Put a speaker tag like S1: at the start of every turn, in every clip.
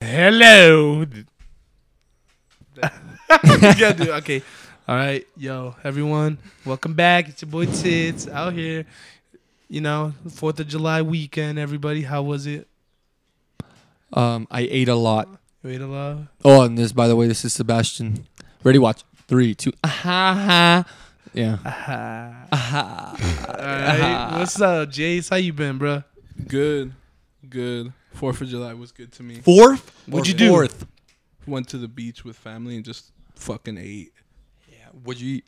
S1: Hello. yeah, dude. Okay. All right, yo, everyone, welcome back. It's your boy Tits out here. You know, Fourth of July weekend. Everybody, how was it?
S2: Um, I ate a lot.
S1: You ate a lot.
S2: Oh, and this, by the way, this is Sebastian. Ready? Watch. Three, two. Aha. Yeah.
S1: Aha. All right. What's up, Jace? How you been, bro?
S3: Good, good. Fourth of July was good to me.
S2: Fourth.
S1: What'd you
S2: Fourth.
S1: do?
S2: Fourth.
S3: Went to the beach with family and just fucking ate.
S2: Yeah. What'd you eat?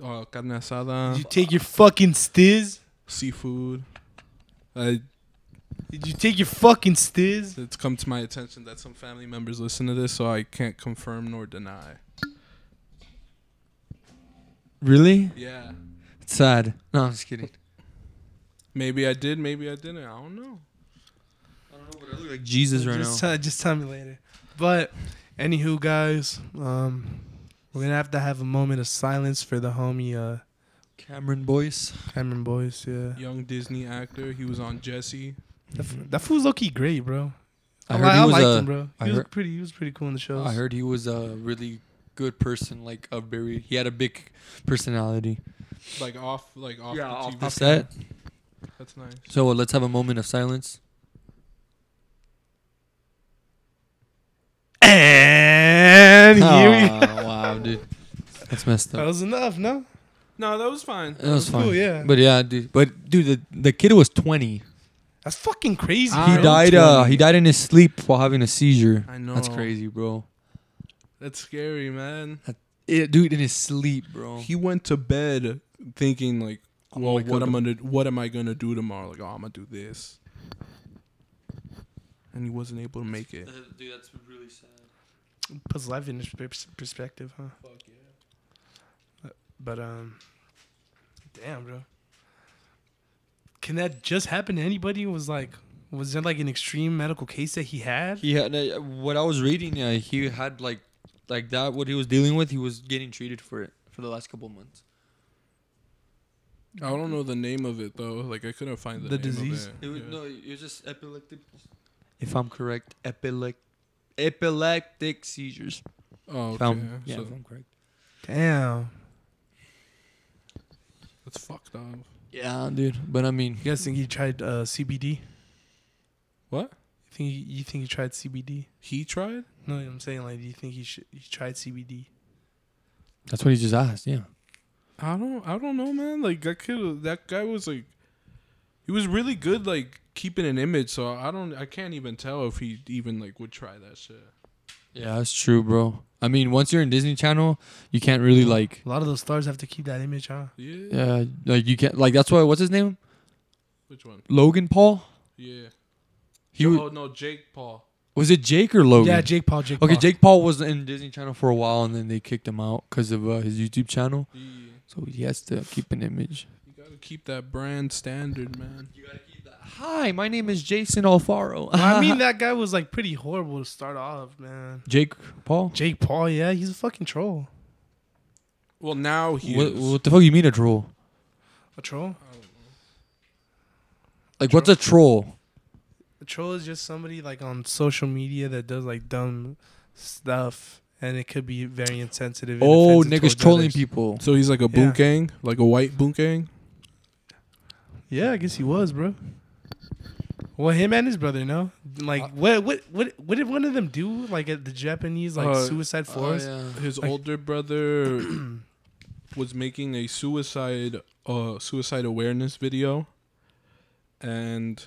S3: Uh, carne asada,
S1: Did you take your fucking stiz?
S3: seafood. I,
S1: Did you take your fucking stiz?
S3: it's come to my attention that some family members listen to this, so I can't confirm nor deny.
S2: Really?
S3: Yeah,
S2: It's sad. No, I'm just kidding.
S3: maybe I did, maybe I didn't. I don't know.
S2: I don't know, but I look like Jesus right
S1: just,
S2: now.
S1: tell- just tell me later. But anywho, guys, um, we're gonna have to have a moment of silence for the homie uh,
S2: Cameron Boyce.
S1: Cameron Boyce. Yeah,
S3: Young Disney actor. He was on Jesse.
S1: that, f- that fool's low-key great, bro.
S2: Mm-hmm. I
S1: li-
S2: heard he was
S1: liked
S2: a-
S1: him, bro.
S2: I
S1: He was
S2: heard-
S1: pretty. He was pretty cool in the shows.
S2: I heard he was a really good person, like a very. He had a big personality.
S3: Like off, like off the TV.
S2: the set.
S3: That's nice.
S2: So uh, let's have a moment of silence.
S1: And here we go.
S2: Aw, Ah, wow, dude. That's messed
S1: That
S2: up.
S1: was enough, no?
S3: No, that was fine.
S2: That was
S1: cool,
S2: fun.
S1: yeah.
S2: But yeah, dude. But dude, the, the kid was 20.
S1: That's fucking crazy.
S3: I
S2: He
S3: I'm
S1: bro.
S2: died. Uh,
S3: 20.
S2: he died in his sleep while having a seizure.
S3: I know.
S2: That's crazy, bro.
S3: That's scary, man.
S2: It, dude, in his sleep, bro.
S3: He went to bed thinking like,
S2: Oh
S3: well,
S2: my
S3: what
S2: God.
S3: am I gonna what am I gonna do tomorrow? Like, oh, I'm gonna do this, and he wasn't able to make it.
S2: dude, that's really sad.
S1: Puts life in his pers- perspective, huh?
S3: Fuck yeah.
S1: But um, damn, bro. Can that just happen to anybody? Was like, was there like an extreme medical case that he had?
S2: He had uh, what I was reading. Uh, he had like, like that. What he was dealing with, he was getting treated for it for the last couple of months.
S3: I don't know the name of it though. Like, I couldn't find the,
S1: The
S3: name
S1: disease?
S3: Of it.
S2: It was,
S3: Yeah.
S2: No, it was just epileptic. If I'm correct, epileptic, epileptic seizures.
S3: Oh, okay.
S2: If I'm- yeah,
S3: yeah, so
S2: if I'm correct.
S1: Damn.
S3: that's fucked up.
S2: Yeah, dude. But I mean,
S1: You guys think he tried uh, CBD? You
S3: What
S1: think he, you think he tried CBD?
S3: he tried?
S1: No, I'm saying like, do you think he should, he tried CBD?
S2: that's what he just asked. Yeah.
S3: I don't. I don't know, man. Like that kid, that guy was like, he was really good, like keeping an image. So I don't. I can't even tell if he even like would try that shit.
S2: Yeah, that's true, bro. I mean, once you're in Disney Channel, you can't really like.
S1: A lot of those stars have to keep that image, huh?
S3: Yeah.
S2: Yeah, Uh, like you can't like that's why what's his name?
S3: Which one?
S2: Logan Paul.
S3: Yeah.
S2: He
S3: oh
S2: wa-
S3: no, Jake Paul.
S2: was it Jake or Logan?
S1: Yeah, Jake Paul. Jake
S2: Okay,
S1: Paul.
S2: Jake Paul was in Disney Channel for a while, and then they kicked him out because of uh, his YouTube channel.
S3: Yeah.
S2: So he has to keep an image.
S3: You gotta keep that brand standard, man.
S2: You gotta keep that. Hi, my name is Jason
S1: Well,
S2: Alfaro.
S1: I mean, that guy was like pretty horrible to start off, man.
S2: Jake Paul.
S1: Jake Paul, yeah, he's a fucking troll.
S3: Well, now he
S2: What,
S3: is.
S2: what the fuck you mean a troll?
S1: A troll?
S2: Like, what's a troll?
S1: A troll is just somebody like on social media that does like dumb stuff, and it could be very insensitive. and
S2: Oh,
S1: offensive towards
S2: niggas trolling
S1: others.
S2: people.
S3: So he's like a
S1: Yeah.
S3: boot gang, like a white boot gang.
S1: Yeah, I guess he was, bro. Well, him and his brother, no. Like, what, what, what, what did one of them do? Like at the Japanese, like
S3: Uh,
S1: suicide forest.
S2: Oh,
S3: His
S1: Like-
S3: older brother was making a suicide uh suicide awareness video, and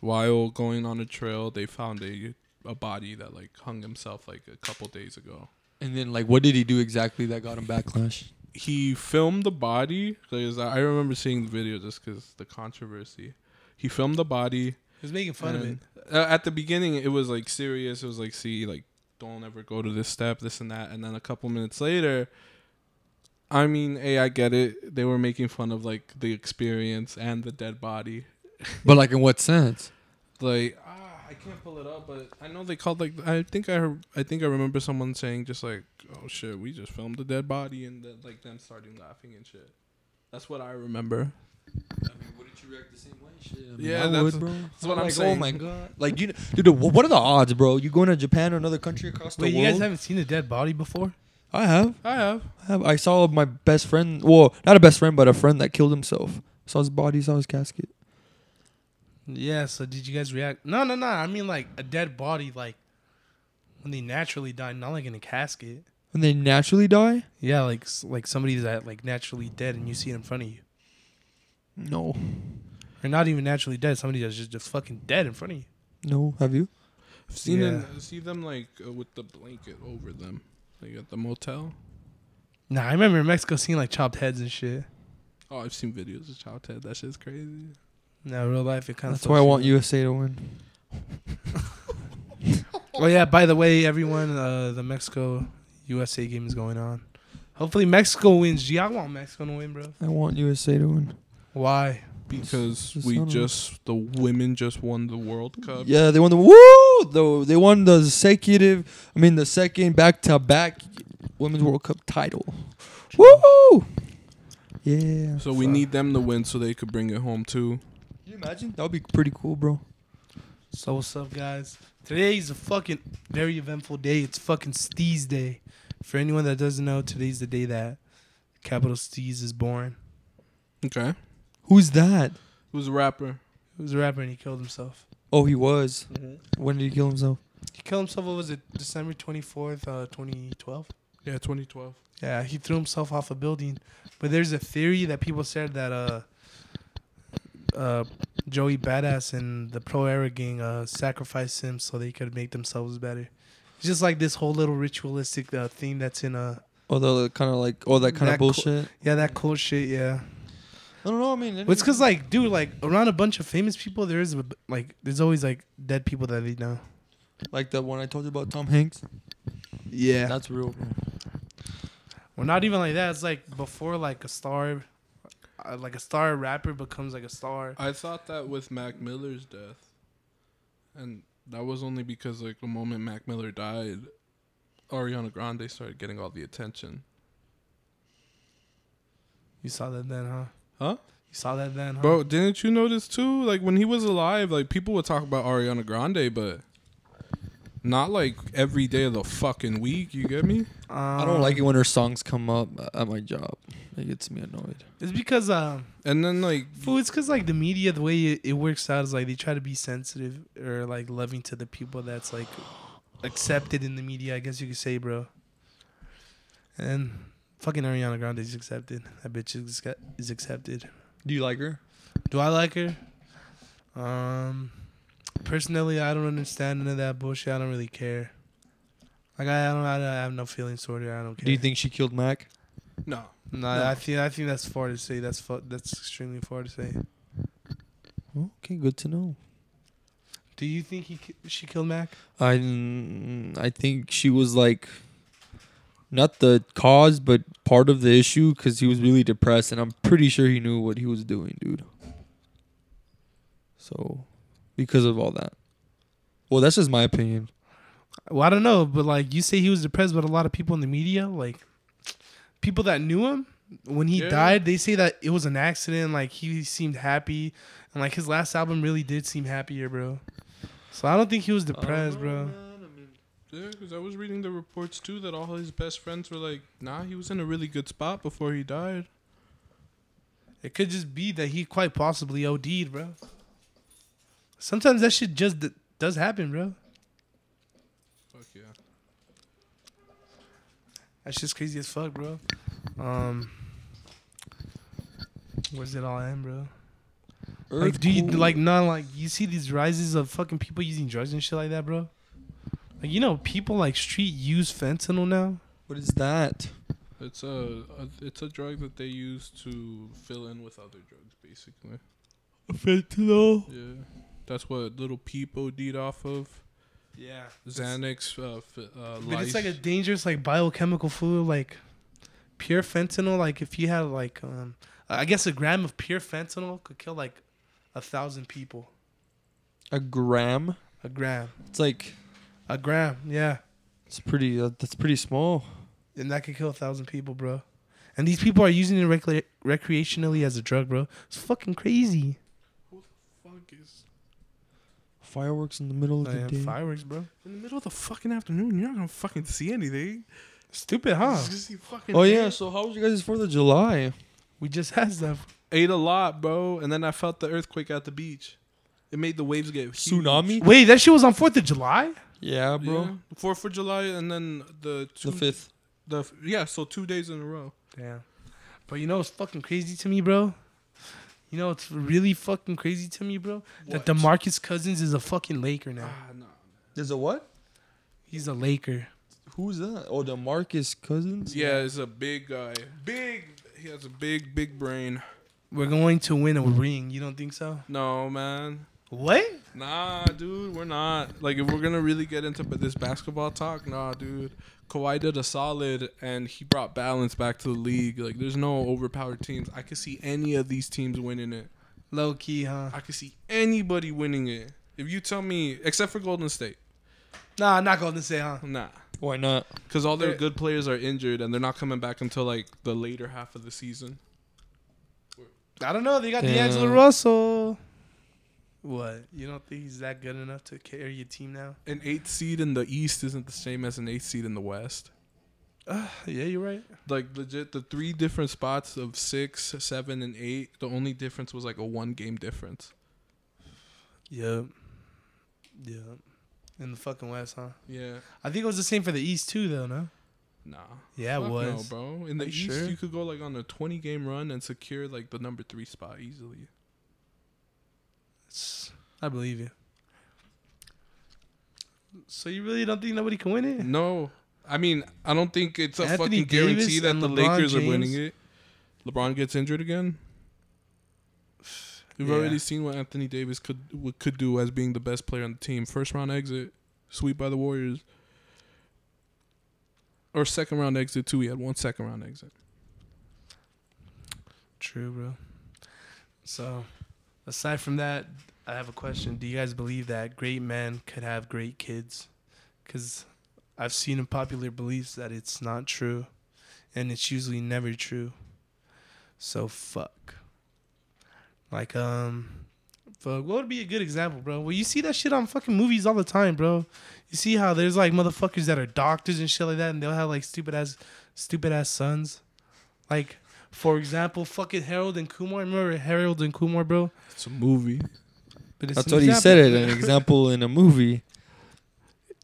S3: while going on a trail, they found a a body that like hung himself like a couple days ago.
S2: And then, like, what did he do exactly that got him backlash?
S3: he filmed the body because I I remember seeing the video just because the controversy. He filmed the body.
S1: He was making fun of it.
S3: and, uh, At the beginning, it was like serious. It was like, see, like don't ever go to this step, this and that. And then a couple minutes later, I mean, hey, I get it. They were making fun of like the experience and the dead body.
S2: But like, in what sense?
S3: Like ah, I can't pull it up, but I know they called like I think I heard, I think I remember someone saying just like, oh shit, we just filmed a dead body and then like them starting laughing and shit. That's what I remember.
S2: I mean, what did you wrecked the same way. Shit. I
S3: Yeah,
S2: I
S3: that's-
S2: bro.
S3: that's what I'm
S2: like,
S3: saying.
S2: Oh my god! Like you, know, dude. What are the odds, bro? You going to Japan or another country across the
S1: Wait, you
S2: world?
S1: guys haven't seen a dead body before?
S2: I have.
S3: I have.
S2: I have. I saw my best friend. Well, not a best friend, but a friend that killed himself. Saw his body. Saw his casket.
S1: Yeah. So did you guys react? No, no, no. I mean like a dead body, like when they naturally die, not like in a casket.
S2: And they naturally die.
S1: Yeah, like s- like somebody that like naturally dead, and you see it in front of you,
S2: No.
S1: or not even naturally dead. Somebody that's just, just fucking dead in front of you.
S2: No. Have you?
S3: I've seen
S1: Yeah.
S3: them, see them like uh, with the blanket over them, like at the motel.
S1: Nah, I remember in Mexico seeing like chopped heads and shit.
S3: Oh, I've seen videos of child head. That shit's crazy.
S1: No, real life, it kind of.
S2: That's why I want USA to win.
S1: Oh yeah. By the way, everyone, uh, the Mexico USA game is going on. Hopefully Mexico wins. Gee, I want Mexico to win, bro.
S2: I want USA to win.
S1: Why?
S3: Because
S2: Just
S3: we
S2: son of a-
S3: just the women just won the World Cup.
S2: Yeah, they won the woo. Though they won the executive. I mean, the second back to back women's World Cup title. Woo! Yeah.
S3: So we
S2: fuck.
S3: need them to win so they could bring it home too.
S2: Can you imagine? That would be pretty cool, bro.
S1: So what's up, guys? Today's a fucking very eventful day. It's fucking Steez Day. For anyone that doesn't know, today's the day that Capital Steez is born.
S3: Okay.
S2: Who's that?
S3: Who's a rapper?
S1: He was a rapper and he killed himself.
S2: Oh, he was. When did he kill himself?
S1: He killed himself. What was it? December twenty fourth, uh, twenty twelve.
S3: Yeah, 2012.
S1: Yeah, he threw himself off a building. But there's a theory that people said that uh, uh, Joey Badass and the Pro Era gang uh, sacrificed him so they could make themselves better. It's just like this whole little ritualistic uh, thing that's in uh
S2: Oh, the kind of like all that kind
S1: That
S2: of
S1: co-
S2: bullshit.
S1: yeah that cool shit yeah.
S2: I don't know. I mean,
S1: Well, it's cause like dude like around a bunch of famous people there is a b- like there's always like dead people that they know.
S2: like that one I told you about, Tom Hanks.
S1: Yeah.
S2: That's real. Bro.
S1: Well, not even like that. It's like before like a star, uh, like a star rapper becomes like a star.
S3: I thought that with Mac Miller's death, and that was only because like the moment Mac Miller died, Ariana Grande started getting all the attention.
S1: You saw that then, huh?
S3: Huh?
S1: You saw that then, huh?
S3: Bro, didn't you notice too? Like when he was alive, like people would talk about Ariana Grande, but not like every day of the fucking week. You get me?
S1: Um,
S2: I don't like it when her songs come up at my job. It gets me annoyed.
S1: It's because um,
S3: And then like,
S1: fool. It's because like the media, the way it, it works out is like they try to be sensitive or like loving to the people that's like accepted in the media. I guess you could say, bro. And fucking Ariana Grande is accepted. That bitch is accept- is accepted.
S2: Do you like her?
S1: Do I like her? Um, personally, I don't understand none of that bullshit. I don't really care. Like I, I don't, I don't I have no feelings toward her. I don't care.
S2: Do you think she killed Mac?
S3: no,
S1: No,
S2: No.
S1: I think I think that's far to say. That's fu- that's extremely far to say.
S2: Okay, good to know.
S1: Do you think he ki- she killed Mac?
S2: I mm, I think she was like not the cause, but part of the issue because he was really depressed, and I'm pretty sure he knew what he was doing, dude. So, because of all that, well, that's just my opinion.
S1: Well, I don't know, but like you say, he was depressed. But a lot of people in the media, like people that knew him when he
S3: Yeah.
S1: died, they say that it was an accident. Like he seemed happy, and like his last album really did seem happier, bro. So I don't think he was depressed, bro.
S3: yeah, because I was reading the reports too that all his best friends were like, nah, he was in a really good spot before he died.
S1: It could just be that he quite possibly OD'd, bro. Sometimes that shit just d- does happen, bro.
S3: Fuck yeah.
S1: That's just crazy as fuck, bro. Um, where's it all end, bro? Like, do you like not like you see these rises of fucking people using drugs and shit like that, bro? Like, you know, people like street use fentanyl now.
S2: what is that?
S3: It's a, a it's a drug that they use to fill in with other drugs, basically.
S2: Fentanyl.
S3: Yeah, that's what little peep OD'd off of.
S1: Yeah,
S3: Xanax, uh, f- uh,
S1: but it's
S3: lice.
S1: like a dangerous like biochemical fluid, like pure fentanyl. Like, if you had like, um, I guess a gram of pure fentanyl could kill like a thousand people.
S2: A gram.
S1: A gram,
S2: It's like
S1: a gram, yeah.
S2: it's pretty. Uh, that's pretty small.
S1: and that could kill a thousand people, bro. And these people are using it recre- recreationally as a drug, bro. It's fucking crazy.
S3: fuck is
S2: Fireworks in the middle of
S1: Like,
S2: the day.
S1: Oh, fireworks, bro.
S3: in the middle of the fucking afternoon? You're not gonna fucking see anything.
S1: Stupid, huh?
S3: Just gonna see fucking
S2: oh yeah.
S3: ants.
S2: So how was you guys' Fourth of July?
S1: We just had stuff.
S3: ate a lot, bro, and then I felt the earthquake at the beach. It made the waves get huge.
S2: Tsunami.
S1: Wait, that shit was on Fourth of July.
S2: Yeah,
S3: bro.
S2: bro.
S3: Fourth of July, and then the two,
S2: The fifth.
S3: the f- yeah, so two days in a row.
S1: Damn. But you know what's fucking crazy to me, bro? You know it's really fucking crazy to me, bro? That
S3: What?
S1: DeMarcus Cousins is a fucking Laker now.
S3: Ah, no.
S2: There's a what?
S1: He's a Laker.
S2: Who's that? Oh, the Marcus Cousins.
S3: Yeah, it's a big guy. Big. He has a big, big brain.
S1: We're going to win a ring. You don't think so?
S3: No, man.
S1: What?
S3: Nah, dude, we're not. Like, if we're gonna really get into b- this basketball talk, nah, dude. Kawhi did a solid, and he brought balance back to the league. Like, there's no overpowered teams. I could see any of these teams winning it.
S1: Low key, huh?
S3: I could see anybody winning it. If you tell me, except for Golden State,
S1: Nah, not going to say, huh?
S3: nah.
S2: Why not?
S3: Because all their
S1: They're-
S3: good players are injured and they're not coming back until like the later half of the season.
S1: I don't know. They got
S2: Damn.
S1: D'Angelo Russell. What? You don't think he's that good enough to carry your team now?
S3: An eighth seed in the East isn't the same as an eighth seed in the West.
S1: Uh, yeah, you're right.
S3: Like legit, the three different spots of six, seven, and eight. The only difference was like a one game difference.
S1: Yep. Yep. In the fucking West, huh?
S3: Yeah.
S1: I think it was the same for the East too, though. No.
S3: Nah.
S1: Yeah, it
S3: Fuck
S1: was.
S3: No, bro. In the
S1: Are you
S3: East,
S1: sure?
S3: you could go like on a twenty game run and secure like the number three spot easily.
S1: It's- I believe you. So you really don't think nobody can win it?
S3: No, I mean I don't think it's a
S1: Anthony
S3: fucking guarantee
S1: Davis
S3: that
S1: and
S3: the
S1: LeBron
S3: Lakers are
S1: James.
S3: winning it. LeBron gets injured again. We've
S1: Yeah.
S3: already seen what Anthony Davis could what could do as being the best player on the team. First round exit, sweep by the Warriors, or second round exit too. He had one second round exit.
S1: True, bro. So, aside from that, I have a question. Do you guys believe that great men could have great kids? Because I've seen in popular beliefs that it's not true, and it's usually never true. So fuck. Like um, fuck. What would be a good example, bro? Well, you see that shit on fucking movies all the time, bro. You see how there's like motherfuckers that are doctors and shit like that, and they'll have like stupid ass, stupid ass sons. Like, for example, fucking Harold and Kumar. Remember Harold and Kumar, bro?
S3: It's a movie.
S1: But it's
S2: That's
S1: an
S2: what he
S1: example.
S2: said. It an example in a movie.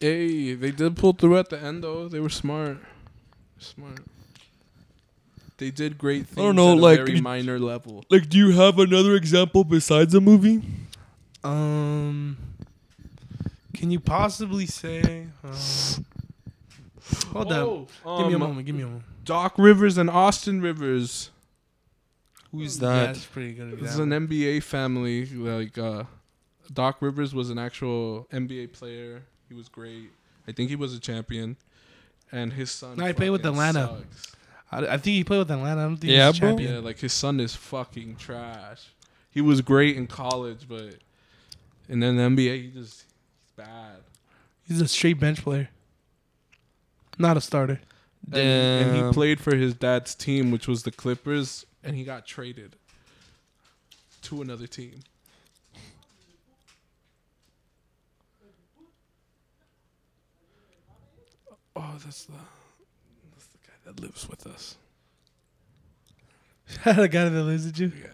S3: Hey, they did pull through at the end though. They were smart. Smart. They did great things
S2: I don't know,
S3: at a
S2: like-
S3: very minor level.
S2: Like, do you have another example besides a movie?
S1: Um, can you possibly say? Um, hold on.
S3: Oh,
S1: give me a
S3: um,
S1: moment. Give me a moment.
S3: Doc Rivers and Austin Rivers.
S2: Who's
S1: Yeah,
S2: that?
S1: that's pretty good.
S3: This is an NBA family. Like uh, Doc Rivers was an actual NBA player. He was great. I think he was a champion. And his son.
S1: No, he played with
S3: fucking
S1: Atlanta.
S3: sucks.
S1: I, I think he played with Atlanta. I don't think
S2: Yeah,
S1: he's a
S2: bro.
S1: champion.
S3: Yeah, like his son is fucking trash. He was great in college, but and then the NBA, he just he's bad.
S1: He's a straight bench player, not a starter.
S3: And, and he
S2: Damn.
S3: played for his dad's team, which was the Clippers, and he got traded to another team. Oh, that's the that's the guy that lives with us.
S1: the guy that lives with you.
S3: Yeah,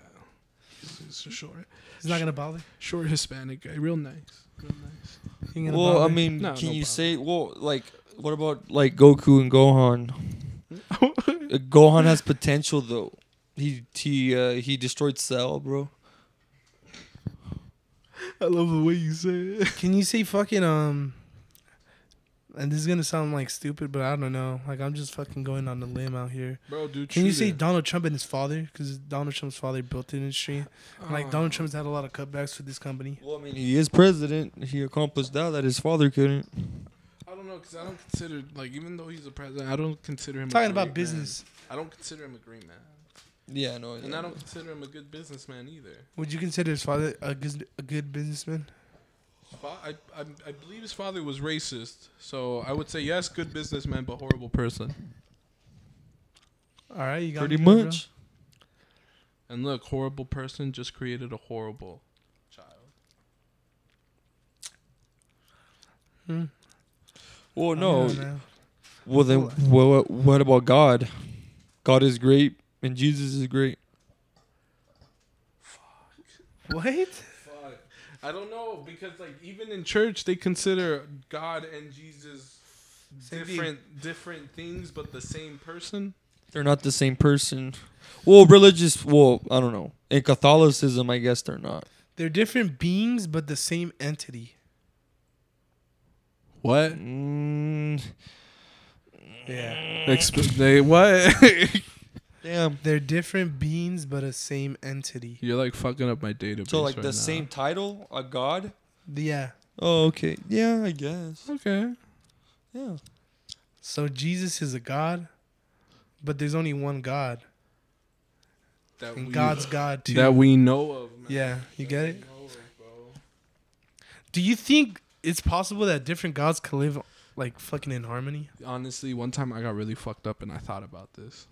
S3: he's, he's a short,
S1: He's not gonna bother.
S3: short Hispanic guy, real nice, real nice.
S1: He ain't gonna
S2: Well, I
S1: bother.
S2: mean,
S3: No,
S2: can
S3: no
S2: you
S3: problem.
S2: say well, like, what about like Goku and Gohan? Uh, Gohan has potential though. He he uh, he destroyed Cell, bro.
S3: I love the way you say it.
S1: can you say fucking um? And this is gonna sound like stupid, but I don't know. Like I'm just fucking going on the limb out here.
S3: Bro, dude,
S1: Can you say
S3: Don-
S1: Donald Trump and his father? Because Donald Trump's father built the industry.
S3: Uh,
S1: Like Donald Trump's had a lot of cutbacks for this company.
S2: Well, I mean, he is president. He accomplished that that his father couldn't.
S3: I don't know, cause I don't consider like even though he's a president, I don't consider him a
S1: Talking
S3: great
S1: about
S3: man.
S1: business,
S3: I don't consider him a great man,
S2: Yeah, no.
S3: and I don't consider him a good businessman either.
S1: would you consider his father a good a good businessman?
S3: Fa- I, I I believe his father was racist, so I would say yes, good businessman, but horrible person.
S1: All right, you got
S2: Pretty
S1: me there, bro.
S2: much.
S3: And look, horrible person just created a horrible child.
S1: Mm.
S2: Well,
S1: I
S2: no.
S1: don't know.
S2: Well, then, what, what about God? God is great, and Jesus is great.
S1: What?
S3: Fuck. I don't know because like even in church they consider God and Jesus
S1: Same thing.
S3: different different things but the same person.
S2: They're not the same person. Well, religious. Well, I don't know. In Catholicism, I guess they're not.
S1: They're different beings, but the same entity.
S3: What?
S2: Mm,
S1: Yeah.
S3: they what?
S2: damn.
S1: They're different beings, but a same entity.
S3: You're like fucking up my database.
S2: So, like
S3: right
S2: the
S3: now.
S2: same title, a God.
S1: Yeah.
S2: Oh, okay. Yeah, I guess.
S3: Okay.
S2: Yeah.
S1: So Jesus is a God, but there's only one God.
S3: That
S1: And God's God too.
S3: that we know of. Man.
S1: yeah, you get it?
S3: Know of, bro.
S1: Do you think it's possible that different gods could live like fucking in harmony?
S3: honestly, one time I got really fucked up and I thought about this.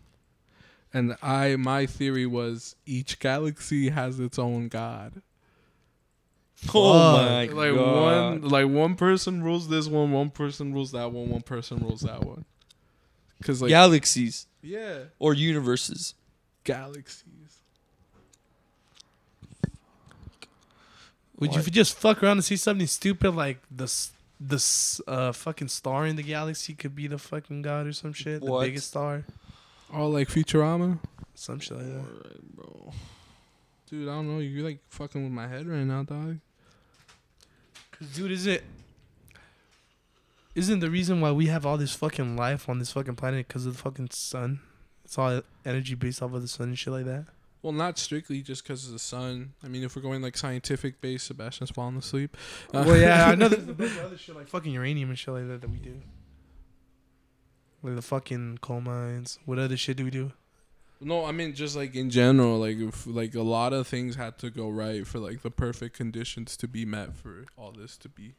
S3: And I my theory was each galaxy has its own god.
S2: Oh my
S3: Like
S2: God.
S3: one like one person rules this one, one person rules that one, one person rules that one. Cuz like yeah,
S2: Galaxies or universes.
S3: galaxies.
S1: Would you
S2: What?
S1: just fuck around and see something stupid like the s- the s- uh, fucking star in the galaxy could be the fucking god or some shit?
S2: What?
S1: The biggest star,
S3: Or like Futurama?
S1: some shit like that.
S3: Alright, bro. Dude, I don't know. You're like fucking with my head right now, dog.
S1: Cause dude, is it? Isn't the reason why we have all this fucking life on this fucking planet because of the fucking sun? It's all energy based off of the sun and shit like that.
S3: Well, not strictly just because of the sun. I mean, if we're going like scientific based, Sebastian's falling asleep. Uh,
S1: well, yeah, I know there's a bunch of other shit like fucking uranium and shit like that that we do. Like the fucking coal mines. What other shit do we do?
S3: No, I mean just like in general, like if, like a lot of things had to go right for like the perfect conditions to be met for all this to be.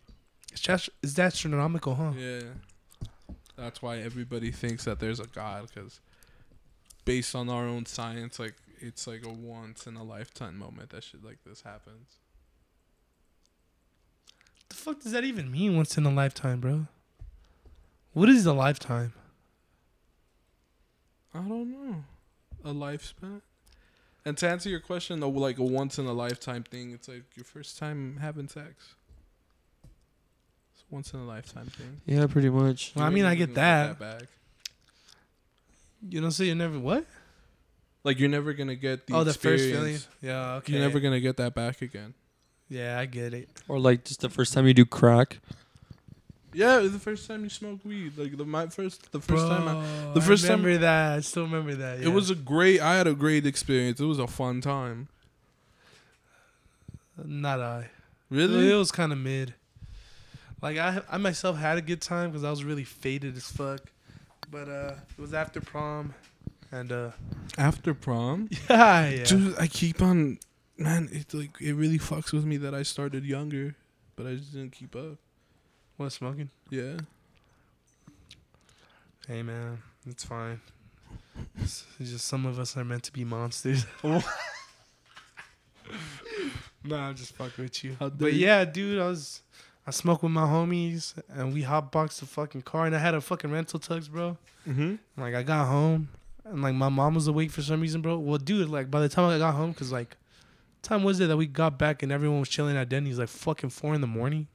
S1: It's just it's astronomical, huh?
S3: Yeah, that's why everybody thinks that there's a god because based on our own science, like it's like a once in a lifetime moment that shit like this happens.
S1: the fuck does that even mean once in a lifetime, bro? What is a lifetime?
S3: I don't know, a lifespan. And to answer your question, though, like a once in a lifetime thing, it's like your first time having sex. It's a once in a lifetime thing.
S2: Yeah, pretty much.
S1: Well, I mean, I
S3: You're
S1: get
S3: never gonna
S1: that.
S3: back.
S1: You don't say you never what?
S3: Like you're never gonna get the
S1: oh, the
S3: experience.
S1: first feeling. Yeah, okay.
S3: You're never gonna get that back again.
S1: yeah, I get it.
S2: Or like just the first time you do crack.
S3: Yeah, it was the first time you smoke weed, like the my first, the first time. I, the
S1: I
S3: first time-
S1: remember that. I still remember that.
S3: It was a great. I had a great experience. It was a fun time.
S1: not I.
S3: Really?
S1: It was kind of mid. Like I, I myself had a good time because I was really faded as fuck. But uh, it was after prom, and uh,
S3: After prom,
S1: yeah, yeah.
S3: dude, I keep on. Man, it's like it really fucks with me that I started younger, but I just didn't keep up.
S1: What smoking?
S3: Yeah.
S1: Hey man, it's fine. It's it's just some of us are meant to be monsters. nah, I'm just fucking with you.
S3: How dare
S1: But
S3: you.
S1: yeah, dude, I was I smoked with my homies and we hotboxed the fucking car and I had a fucking rental tux, bro.
S3: Mm-hmm.
S1: Like I got home and like my mom was awake for some reason, bro. Well, dude, like by the time I got home, cause like time was it that we got back and everyone was chilling at Denny's like fucking four in the morning.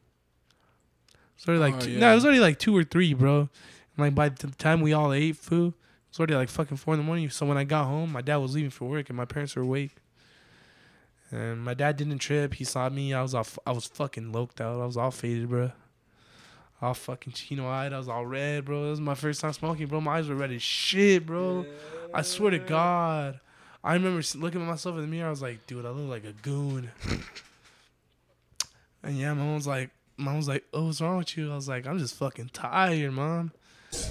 S1: So like
S3: Oh,
S1: two-
S3: yeah.
S1: no, it was already like two or three, bro. And like by the time we all ate food, it was already like fucking four in the morning. So when I got home, my dad was leaving for work and my parents were awake. And my dad didn't trip. He saw me. I was off. I was fucking loked out. I was all faded, bro. All fucking chino eyed. I was all red, bro. This was my first time smoking, bro. My eyes were red as shit, bro. I swear to God. I remember s- looking at myself in the mirror. I was like, dude, I look like a goon. and yeah, my mom's like, mom was like, oh, what's wrong with you? I was like, I'm just fucking tired, mom.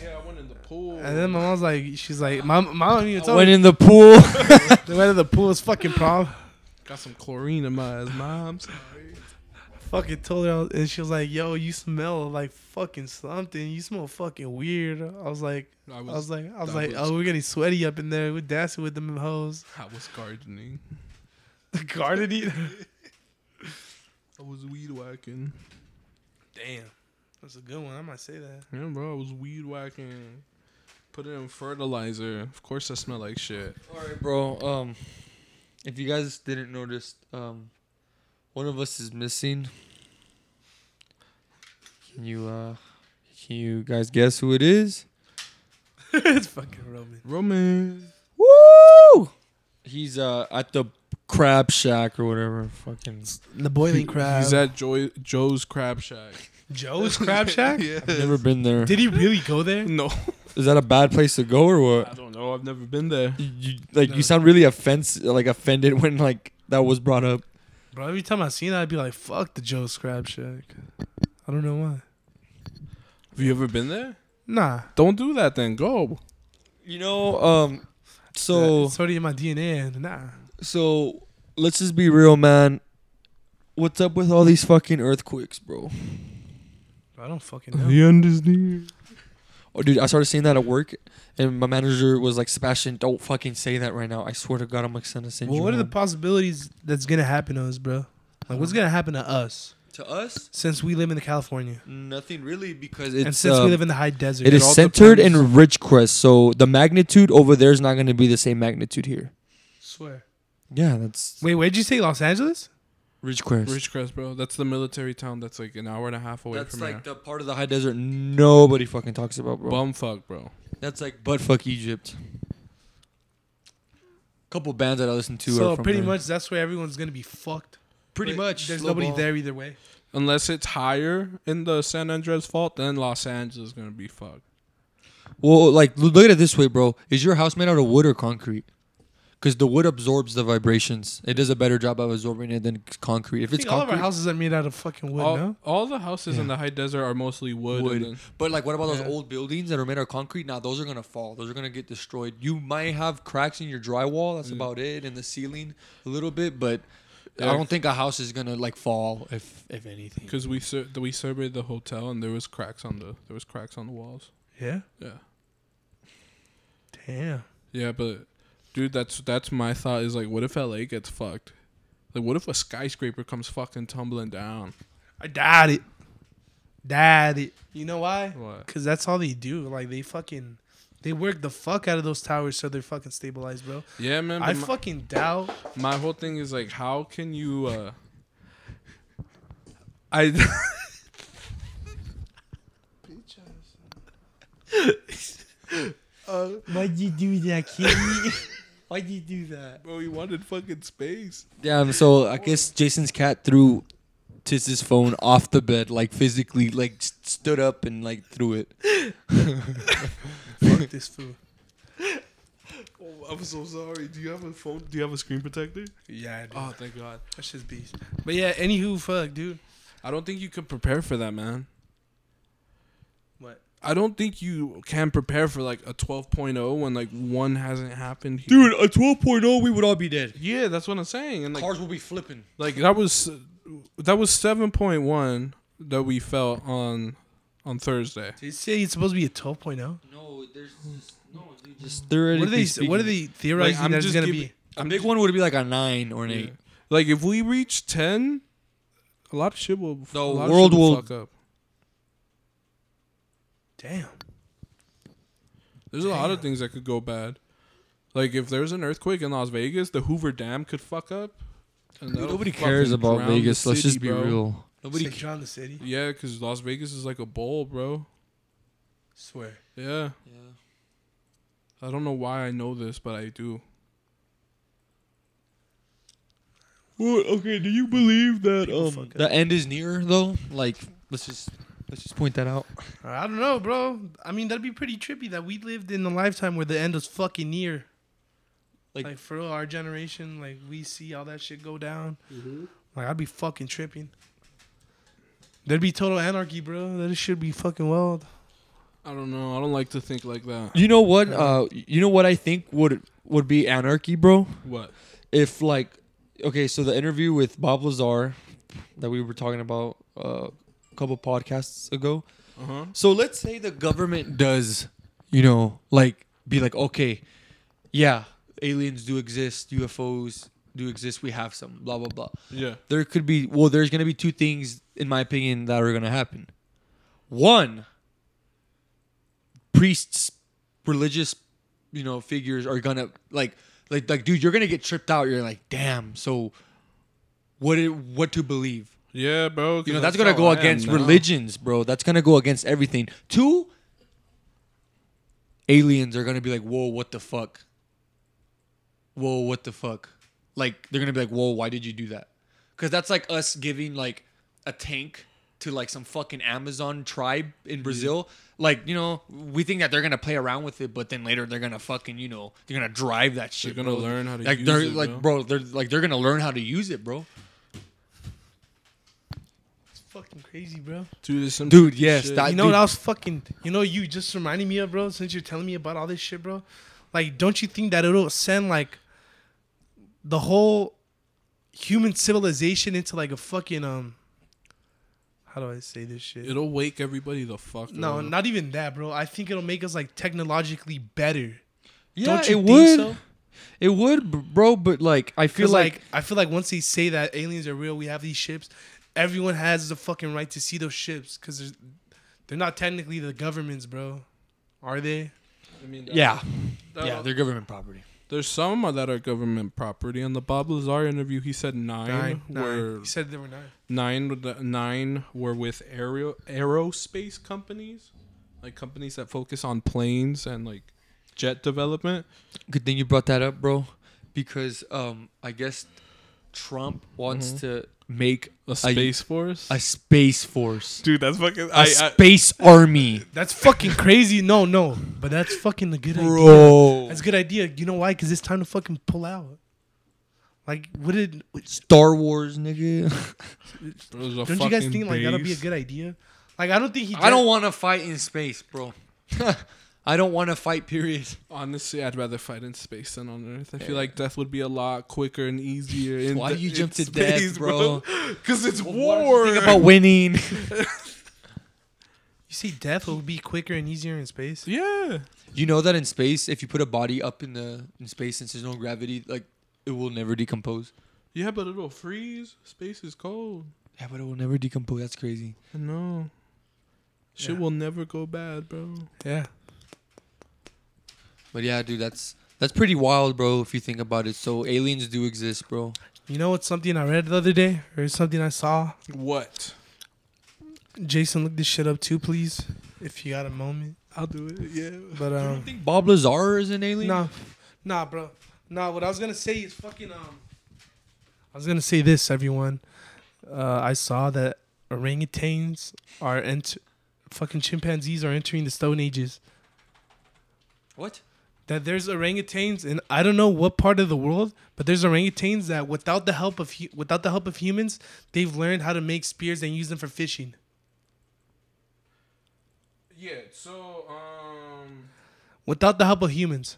S3: Yeah, I went in the pool.
S1: And then my mom's like, she's like, my mom even told
S2: Went
S1: me
S2: in the pool.
S1: the went to the pool is fucking prom.
S3: got some chlorine in my ass, mom.
S1: fucking told her, I was- and she was like, yo, you smell like fucking something. You smell fucking weird. I was like,
S3: I
S1: I was
S3: was,
S1: like, I was
S3: that
S1: like,
S3: was-
S1: oh, we're getting sweaty up in there. We're dancing with them hoes.
S3: I was gardening.
S1: The garden eater.
S3: I was weed whacking.
S1: Damn. That's a good one. I might say that.
S3: Yeah, bro, I was weed whacking. Put it in fertilizer. Of course, I smell like shit.
S2: All right, bro. Um, if you guys didn't notice, um, one of us is missing. Can you uh, can you guys guess who it is?
S1: it's fucking Roman.
S3: Roman.
S2: Woo! He's uh at the crab shack or whatever. Fucking.
S1: The boiling crab.
S3: He's at Joy, Joe's Crab Shack.
S1: Joe's Crab Shack?
S3: yeah.
S2: I've never been there.
S1: Did he really go there?
S3: No,
S2: Is that a bad place to go or
S3: I
S2: what?
S3: don't know. I've never been there.
S2: You, you- like
S1: No.
S2: you sound really offense like offended when like that was brought up.
S1: Bro, every time I seen it, I'd be like, fuck the Joe's Crab Shack. I don't know why.
S3: Have you ever been there?
S1: Nah.
S3: Don't do that then. Go.
S2: You know, um, so
S1: It's already in my DNA. And nah.
S2: So let's just be real, man. What's up with all these fucking earthquakes, bro?
S1: Bro, I don't fucking know.
S3: end is near.
S2: Oh, dude, I started saying that at work, and my manager was like, "Sebastian, don't fucking say that right now. I swear to God, I'm like gonna send
S1: Well,
S2: you."
S1: what are the
S2: one."
S1: possibilities that's going to happen to us, bro? Like, what's going to happen to us
S2: to us?
S1: since we live in California?
S2: Nothing really, because it's
S1: and since
S2: um,
S1: we live in the high desert.
S2: it
S3: it
S2: is
S3: all
S2: centered in
S3: depends.
S2: Ridgecrest, so the magnitude over there is not gonna be the same magnitude here.
S1: swear.
S2: Yeah, that's
S1: Wait, where'd you say? Los Angeles?
S2: Ridgecrest.
S3: Ridgecrest, bro. That's the military town that's like an hour and a half away
S2: That's
S3: from
S2: like
S3: here.
S2: the part of the high desert nobody fucking talks about, bro.
S3: Bumfuck, bro.
S2: That's like butt fuck Egypt. Couple bands that I listen to.
S1: so
S2: are from
S1: pretty
S2: there.
S1: much that's where everyone's going to be fucked.
S2: pretty
S1: But
S2: much.
S1: There's
S2: slow
S1: nobody
S2: ball.
S1: there either way.
S3: Unless it's higher in the San Andreas Fault, then Los Angeles is gonna be fucked.
S2: Well, like l- look at it this way, bro. Is your house made out of wood or concrete? Because the wood absorbs the vibrations. It does a better job of absorbing it than c- concrete. If
S1: I
S2: it's
S1: think all of
S2: concrete,
S1: our houses are made out of fucking wood,
S3: all,
S1: no?
S3: all the houses in
S2: Yeah.
S3: the high desert are mostly wood.
S2: Wood.
S3: And then,
S2: but like what about those
S1: Yeah.
S2: old buildings that are made out of concrete? Now those are gonna fall. Those are gonna get destroyed. You might have cracks in your drywall. That's
S3: Mm.
S2: about it, and the ceiling a little bit. But I
S3: Yeah.
S2: don't think a house is gonna like fall if if anything.
S3: Because we sur- we surveyed the hotel and there was cracks on the there was cracks on the walls.
S1: Yeah.
S3: Yeah,
S1: Damn.
S3: yeah, but dude, that's that's my thought is like, what if LA gets fucked? Like, what if a skyscraper comes fucking tumbling down?
S1: I doubt it. Doubt it. You know why?
S3: What?
S1: Because that's all they do. Like, they fucking. They work the fuck out of those towers so they're fucking stabilized, bro.
S3: Yeah, man.
S1: I
S3: but my,
S1: fucking doubt.
S3: my whole thing is like, how can you? uh I
S2: Why'd you do that, Kitty? Why'd you do that?
S3: bro, we wanted fucking space.
S2: Damn. So I guess Jason's cat threw Tiz's phone off the bed, like physically, like s- stood up and like threw it.
S1: fuck this food.
S3: Oh, I'm so sorry. Do you have a phone? Do you have a screen protector?
S1: Yeah, dude.
S3: Oh, thank God.
S1: that shit's beast. But yeah, anywho, fuck, dude.
S3: I don't think you could prepare for that, man.
S1: What?
S3: I don't think you can prepare for like a 12.0 when like one hasn't happened. Here.
S2: Dude, at 12.0, we would all be dead.
S3: Yeah, that's what I'm saying. And like,
S2: Cars will be flipping.
S3: like that was that was 7.1 that we felt on on Thursday.
S1: Did you say it's supposed to be a 12.0?
S2: No, there's just no. Just
S1: What are
S2: theoretically
S1: they? What are they theorizing
S3: Like, I'm
S1: that's
S3: just
S1: gonna
S3: giving-
S1: be?
S2: A big one would be like a nine or an eight.
S3: Like if we reach 10, a lot of shit will
S2: The
S3: a lot of
S2: world
S3: shit
S2: will-
S3: fuck up.
S1: Damn.
S3: There's a lot of things that could go bad. Like if there's an earthquake in Las Vegas, the Hoover Dam could fuck up. And that'll
S2: Nobody
S3: fucking
S2: cares about
S3: drown the
S2: Vegas. Let's
S3: city,
S2: just be
S3: bro.
S2: real.
S1: Nobody
S2: Nobody.
S1: St. John the city.
S3: Yeah, because Las Vegas is like a bowl, bro.
S1: Swear.
S3: Yeah, I don't know why I know this, but I do.
S2: What? Okay. Do you believe that
S1: People fuck up.
S2: the end is near though? Like, let's just let's just point that out.
S1: I don't know, bro. I mean, that'd be pretty trippy that we lived in a lifetime where the end was fucking near.
S2: Like-
S1: Like, for real, our generation, like we see all that shit go down. Like I'd be fucking tripping. There'd be total anarchy, bro. That should be fucking wild.
S3: I don't know. I don't like to think like that.
S2: You know what? Uh, you know what I think would would be anarchy, bro.
S3: What?
S2: If like, okay, so the interview with Bob Lazar that we were talking about uh, a couple podcasts ago.
S3: Uh huh.
S2: So let's say the government does, you know, like be like, okay, yeah, aliens do exist, UFOs do exist, we have some, blah blah blah.
S3: Yeah.
S2: There could be well, there's gonna be two things in my opinion that are gonna happen. One, priests, religious, you know, figures are gonna like, like, like, dude, you're gonna get tripped out. You're like, damn. So, what, i- what to believe?
S3: Yeah, bro.
S2: You know, that's gonna go against religions, bro. That's gonna go against everything. Two, aliens are gonna be like, whoa, what the fuck? Whoa, what the fuck? Like they're gonna be like, whoa, why did you do that? Because that's like us giving like a tank to like some fucking Amazon tribe
S3: Mm-hmm.
S2: in Brazil. Like you know, we think that they're gonna play around with it, but then later they're gonna fucking you know they're gonna drive that shit.
S3: gonna
S2: bro.
S3: learn how to
S2: like
S3: use
S2: they're
S3: it,
S2: like bro.
S3: bro.
S2: they're like they're gonna learn how to use it, bro.
S1: It's fucking crazy, bro.
S3: Dude, there's some
S2: Dude, yes,
S3: shit.
S2: that-
S1: you know
S2: dude.
S1: what I was fucking. You know you just reminded me of, bro. Since you're telling me about all this shit, bro. Like, don't you think that it'll send like the whole human civilization into like a fucking um? How do I say this shit?
S3: it'll wake everybody the fuck
S1: no,
S2: Mm-hmm.
S3: up.
S1: not even that, bro. I think it'll make us like technologically better.
S2: Yeah,
S1: Don't you
S2: it
S1: think
S2: would.
S1: so?
S2: It would, b- bro. But like, I feel
S1: Because like,
S2: like,
S1: I feel like once they say that aliens are real, we have these ships. Everyone has the fucking right to see those ships because they're not technically the government's, bro. Are they?
S3: I mean, that-
S2: yeah,
S3: that-
S2: yeah, they're government property.
S3: there's some that are government property. On the Bob Lazar interview, he said nine, were
S1: He said there were nine.
S3: nine with the- nine were with aero, aerospace companies, like companies that focus on planes and like jet development.
S2: Good thing you brought that up, bro, because um, I guess Trump wants to make
S3: Mm-hmm. A space force.
S2: a, space force,
S3: Dude, that's fucking.
S2: a space army,
S1: That's fucking crazy. No, no, but that's fucking a good idea.
S2: bro.
S1: That's a good idea. You know why? Because it's time to fucking pull out. Like, would it?
S2: Star Wars, nigga.
S1: Don't you guys think like that'll be a good idea? Like, I don't think he.
S2: I don't want to fight in space, bro. I don't want to fight. Period.
S3: Honestly, I'd rather fight in space than on Earth. I feel like death would be a lot quicker and easier. In
S2: Why
S3: the,
S2: do you
S3: in
S2: jump to
S3: space,
S2: death, bro?
S3: Because it's
S2: What
S3: war.
S2: do you think about winning.
S1: You see, death will be quicker and easier in space.
S3: yeah.
S2: You know that in space, if you put a body up in the in space since there's no gravity, like it will never decompose.
S3: Yeah, but it'll freeze. Space is cold.
S2: Yeah, but it will never decompose. That's crazy.
S3: No. Shit
S1: Yeah.
S3: will never go bad, bro.
S1: Yeah.
S2: But yeah, dude, that's that's pretty wild, bro. If you think about it, so aliens do exist, bro.
S1: You know what's something I read the other day, or something I saw?
S3: What?
S1: Jason, look this shit up too, please, if you got a moment.
S3: I'll do it. Yeah.
S1: But um,
S2: think Bob Lazar is an alien?
S1: nah, nah, bro, nah. What I was gonna say is fucking um. I was gonna say this, everyone. Uh, I saw that orangutans are ent- fucking chimpanzees are entering the stone ages.
S2: What?
S1: That there's orangutans, and I don't know what part of the world, but there's orangutans that without the help of hu- without the help of humans, they've learned how to make spears and use them for fishing.
S3: Yeah. So, um,
S1: Without the help of humans.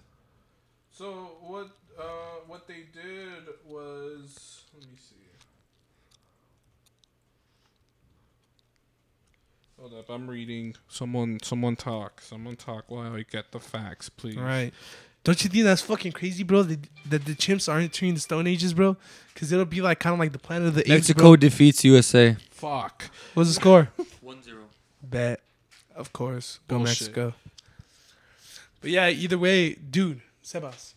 S3: so what, uh, what they did was, let me see. Hold up, I'm reading. Someone, someone talk. Someone talk while I get the facts, please.
S1: Right. Don't you think that's fucking crazy, bro? That, that the chimps aren't entering the Stone Ages, bro? Because it'll be like kind of like the Planet of the Apes.
S2: Mexico
S1: bro.
S2: defeats USA.
S3: Fuck.
S1: What's the score?
S2: 1-0.
S1: Bet. Of course. Go
S3: Bullshit.
S1: Mexico. But yeah, either way, dude, Sebas.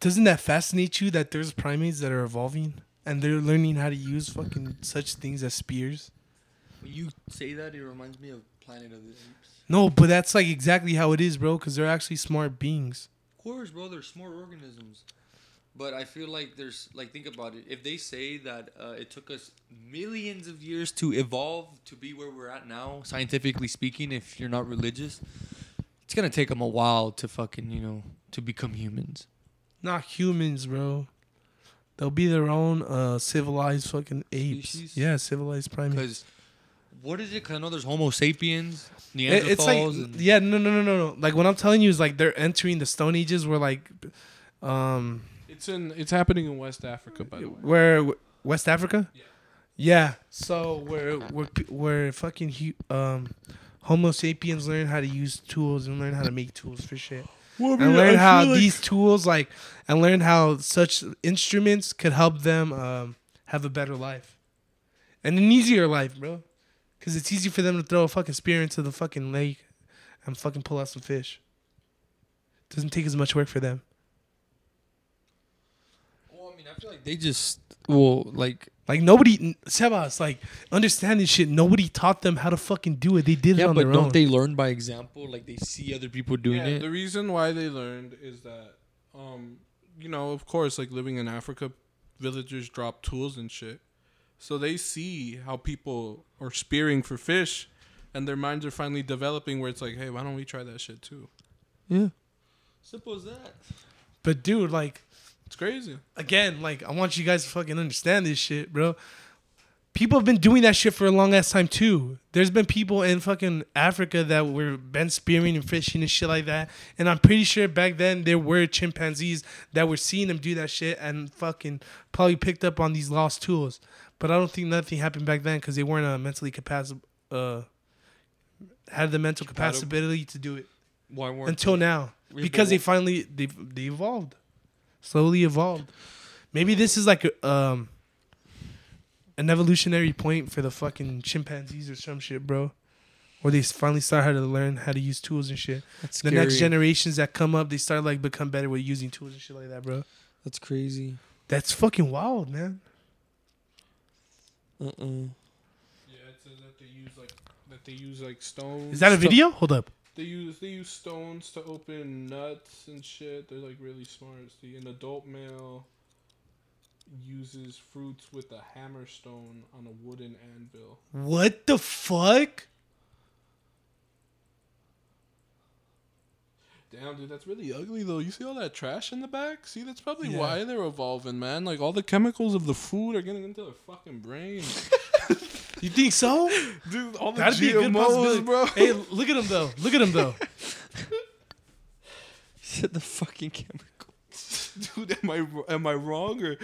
S1: Doesn't that fascinate you that there's primates that are evolving and they're learning how to use fucking such things as spears?
S2: When you say that, it reminds me of Planet of the Apes.
S1: No, but that's like exactly how it is, bro, because they're actually smart beings.
S2: Of course, bro. They're smart organisms. But I feel like there's like think about it. If they say that uh, it took us millions of years to evolve to be where we're at now, scientifically speaking, if you're not religious, it's gonna take them a while to fucking you know to become humans.
S1: Not humans, bro. They'll be their own uh, civilized fucking apes.
S2: Species?
S1: Yeah, civilized primates.
S2: Because what is it? Because I know there's Homo sapiens, Neanderthals,
S1: It- it's like
S2: and
S1: yeah, no, no, no, no, no. Like what I'm telling you is like they're entering the Stone Ages, where like, um,
S3: It's in. It's happening in West Africa, by the way.
S1: where West Africa. Yeah. So where where pe- where fucking hu- um, Homo sapiens learn how to use tools and learn how to make tools for shit. and learn how these tools like and learn how such instruments could help them um, have a better life and an easier life bro Because it's easy for them to throw a fucking spear into the fucking lake and fucking pull out some fish. Doesn't take as much work for them.
S2: Well, I mean, I feel like they just well, like
S1: Like nobody, n- Sebas, like understand this shit. Nobody taught them how to fucking do it. They did it
S2: yeah,
S1: on
S2: but
S1: their
S2: don't
S1: own.
S2: they learn by example? Like they see other people doing
S3: yeah,
S2: it.
S3: the reason why they learned is that, um, you know, of course, like living in Africa, villagers drop tools and shit, so they see how people are spearing for fish, and their minds are finally developing where it's like, hey, why don't we try that shit too?
S1: yeah.
S2: Simple as that.
S1: But dude, like
S3: It's crazy.
S1: again, like I want you guys to fucking understand this shit, bro. People have been doing that shit for a long ass time too. There's been people in fucking Africa that were been spearing and fishing and shit like that. And I'm pretty sure back then there were chimpanzees that were seeing them do that shit and fucking probably picked up on these lost tools. But I don't think nothing happened back then because they weren't uh, mentally capable, uh, had the mental
S2: Compatible.
S1: capacity to do it
S2: Why weren't
S1: until now
S2: Yeah,
S1: because
S2: but
S1: they
S2: what-
S1: finally they they evolved slowly evolved maybe this is like a, um an evolutionary point for the fucking chimpanzees or some shit bro or they s- finally start how to learn how to use tools and shit
S2: that's
S1: the next
S2: scary.
S1: generations that come up they start like become better with using tools and shit like that bro
S2: That's crazy.
S1: that's fucking wild man
S2: Uh uh
S3: Yeah, it says that they use like that they use like stones.
S1: is that a
S2: So-
S1: video hold up
S3: They use they use stones to open nuts and shit. They're like really smart. See, an adult male uses fruits with a hammer stone on a wooden anvil.
S1: what the fuck
S3: Damn, dude, that's really ugly though. You see all that trash in the back? See, that's probably
S1: Yeah.
S3: why they're evolving, man. Like all the chemicals of the food are getting into their fucking brains.
S1: you think so
S3: dude, all the
S1: that'd be a good
S3: GMOs,
S1: possibility
S3: bro.
S1: hey look at him though look at him though
S2: Said the fucking chemical.
S3: dude, am I am I wrong or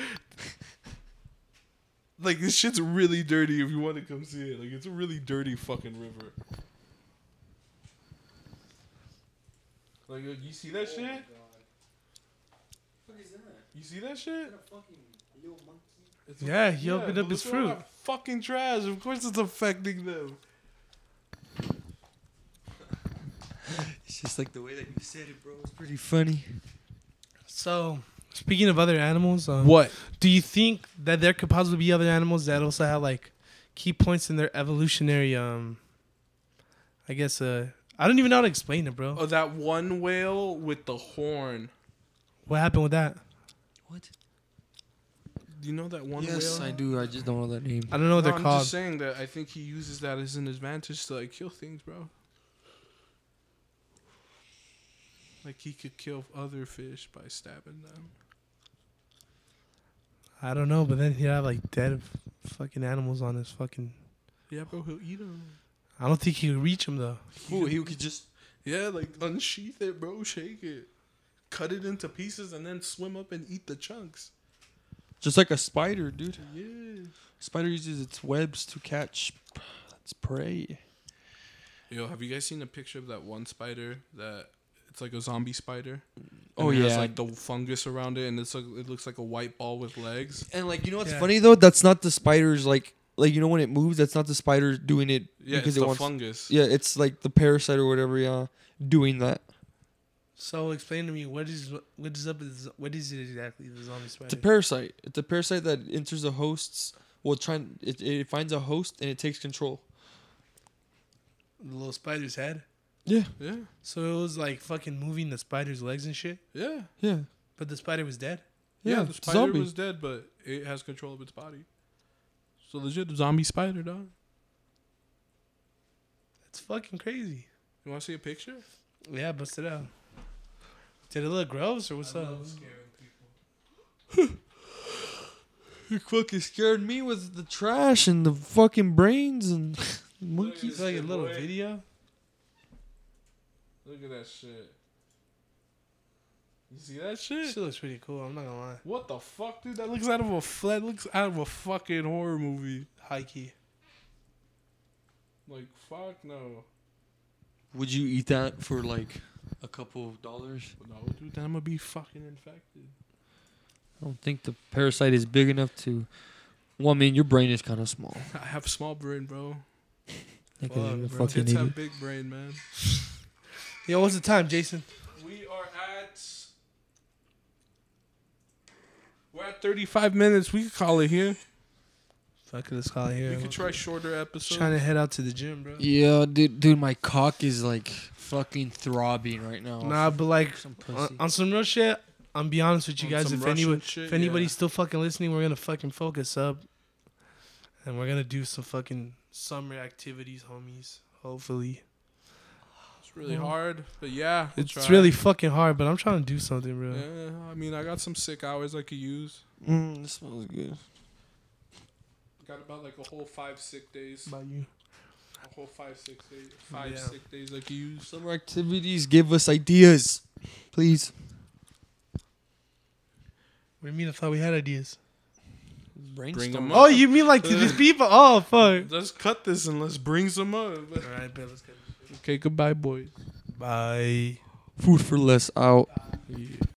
S3: like this shit's really dirty? If you want to come see it, like it's a really dirty fucking river. Like uh, you you see that shit? You see that shit? It's a-
S1: Yeah, he opened
S3: but
S1: up his
S3: look at all
S1: fruit.
S3: that Fucking trash. Of course, it's affecting them.
S2: It's just like the way that you said it, bro. It's pretty funny.
S1: so speaking of other animals um,
S3: What?
S1: Do you think that there could possibly be other animals that also have like key points in their evolutionary um I guess uh I don't even know how to explain it, bro.
S3: Oh, that one whale with the horn.
S1: What happened with that?
S2: What?
S3: Do you know that one
S2: yes,
S3: whale?
S2: I do. I just don't know that name.
S1: I don't know what
S3: No,
S1: they're
S3: I'm
S1: called.
S3: just saying that I think he uses that as an advantage to like kill things, bro. Like he could kill other fish by stabbing them.
S1: I don't know, but then he'd have like dead f- fucking animals on his fucking
S3: Yeah, bro, he'll eat them.
S1: I don't think he could reach him though.
S2: Ooh, he could just.
S3: Yeah, like unsheath it, bro. Shake it, cut it into pieces, and then swim up and eat the chunks.
S2: Just like a spider, dude.
S3: Yeah.
S2: Spider uses its webs to catch its prey.
S3: Yo, have you guys seen a picture of that one spider that it's like a zombie spider?
S2: Oh,
S3: And it has,
S2: yeah.
S3: like the fungus around it, and it's like it looks like a white ball with legs.
S2: And like you know what's
S1: Yeah.
S2: funny though? That's not the spider's like like you know when it moves, that's not the spider doing it
S3: Yeah,
S2: because
S3: it's
S2: it
S3: the
S2: wants
S3: fungus.
S2: Yeah, it's like the parasite or whatever, yeah, doing that.
S1: So explain to me what is what is up with z- what is it exactly the zombie
S2: It's a
S1: spider?
S2: parasite. It's a parasite that enters the host's well try and it, it finds a host and it takes control.
S1: the little spider's head.
S2: Yeah.
S3: Yeah,
S1: So it was like fucking moving the spider's legs and shit,
S3: yeah.
S2: Yeah.
S1: but the spider was dead.
S3: Yeah,
S2: Yeah,
S3: the
S2: it's
S3: spider
S2: zombie.
S3: was dead, but it has control of its body. So legit, a zombie spider, dog.
S1: That's fucking crazy.
S3: You want to see a picture?
S1: Yeah, bust it out. Did it look gross or what's up?
S2: It fucking scared me with the trash and the fucking brains and monkeys.
S1: It's like a
S3: Good
S1: little
S3: boy.
S1: video.
S3: Look at that shit. You see that shit?
S1: She looks pretty cool. I'm not gonna lie.
S3: What the fuck, dude? That looks out of a f- that looks out of a fucking horror movie.
S1: High key.
S3: Like fuck no.
S2: Would you eat that for like a couple of dollars?
S3: No, dude, then I'm gonna be fucking infected.
S2: I don't think the parasite is big enough to. Well, I mean, your brain is kind of small.
S3: I have small brain, bro.
S4: Niggas
S1: Fuck,
S4: is a
S1: bro.
S4: fucking
S3: Tits
S4: idiot.
S3: have big brain, man.
S1: Yo, what's the time, Jason?
S3: We are at. We're at 35 minutes. We could call it here.
S1: Fuck it, let's call it here.
S3: We could try shorter episodes.
S1: trying to head out to the gym, bro.
S2: Yeah, dude, dude, my cock is like fucking throbbing right now.
S1: Nah, Uh, but like
S2: Some
S1: on,
S2: pussy.
S1: on some real shit, I'm be honest with you
S3: On
S1: guys.
S3: some
S1: If
S3: Russian
S1: anyone,
S3: shit,
S1: if anybody's
S3: yeah.
S1: still fucking listening, we're gonna fucking focus up, and we're gonna do some fucking summer activities, homies. Hopefully,
S3: It's really hard, but yeah, we'll
S1: it's
S3: try.
S1: really fucking hard, but I'm trying to do something, bro.
S3: Yeah, I mean, I got some sick hours I could use.
S2: Mm, this smells good.
S3: Got about like a whole five sick days.
S1: About you,
S3: A whole five sick days. Five
S1: Yeah.
S3: sick days I could use.
S2: Summer activities give us ideas, please.
S1: what do you mean? I thought we had ideas.
S2: Brainstorm.
S3: 'em
S1: Oh, you mean like to these people? Oh, fuck.
S3: Let's cut this and let's bring some
S1: All
S3: up.
S1: right, bet. Let's go.
S3: Okay, goodbye, boys.
S1: Bye.
S2: Food for less out.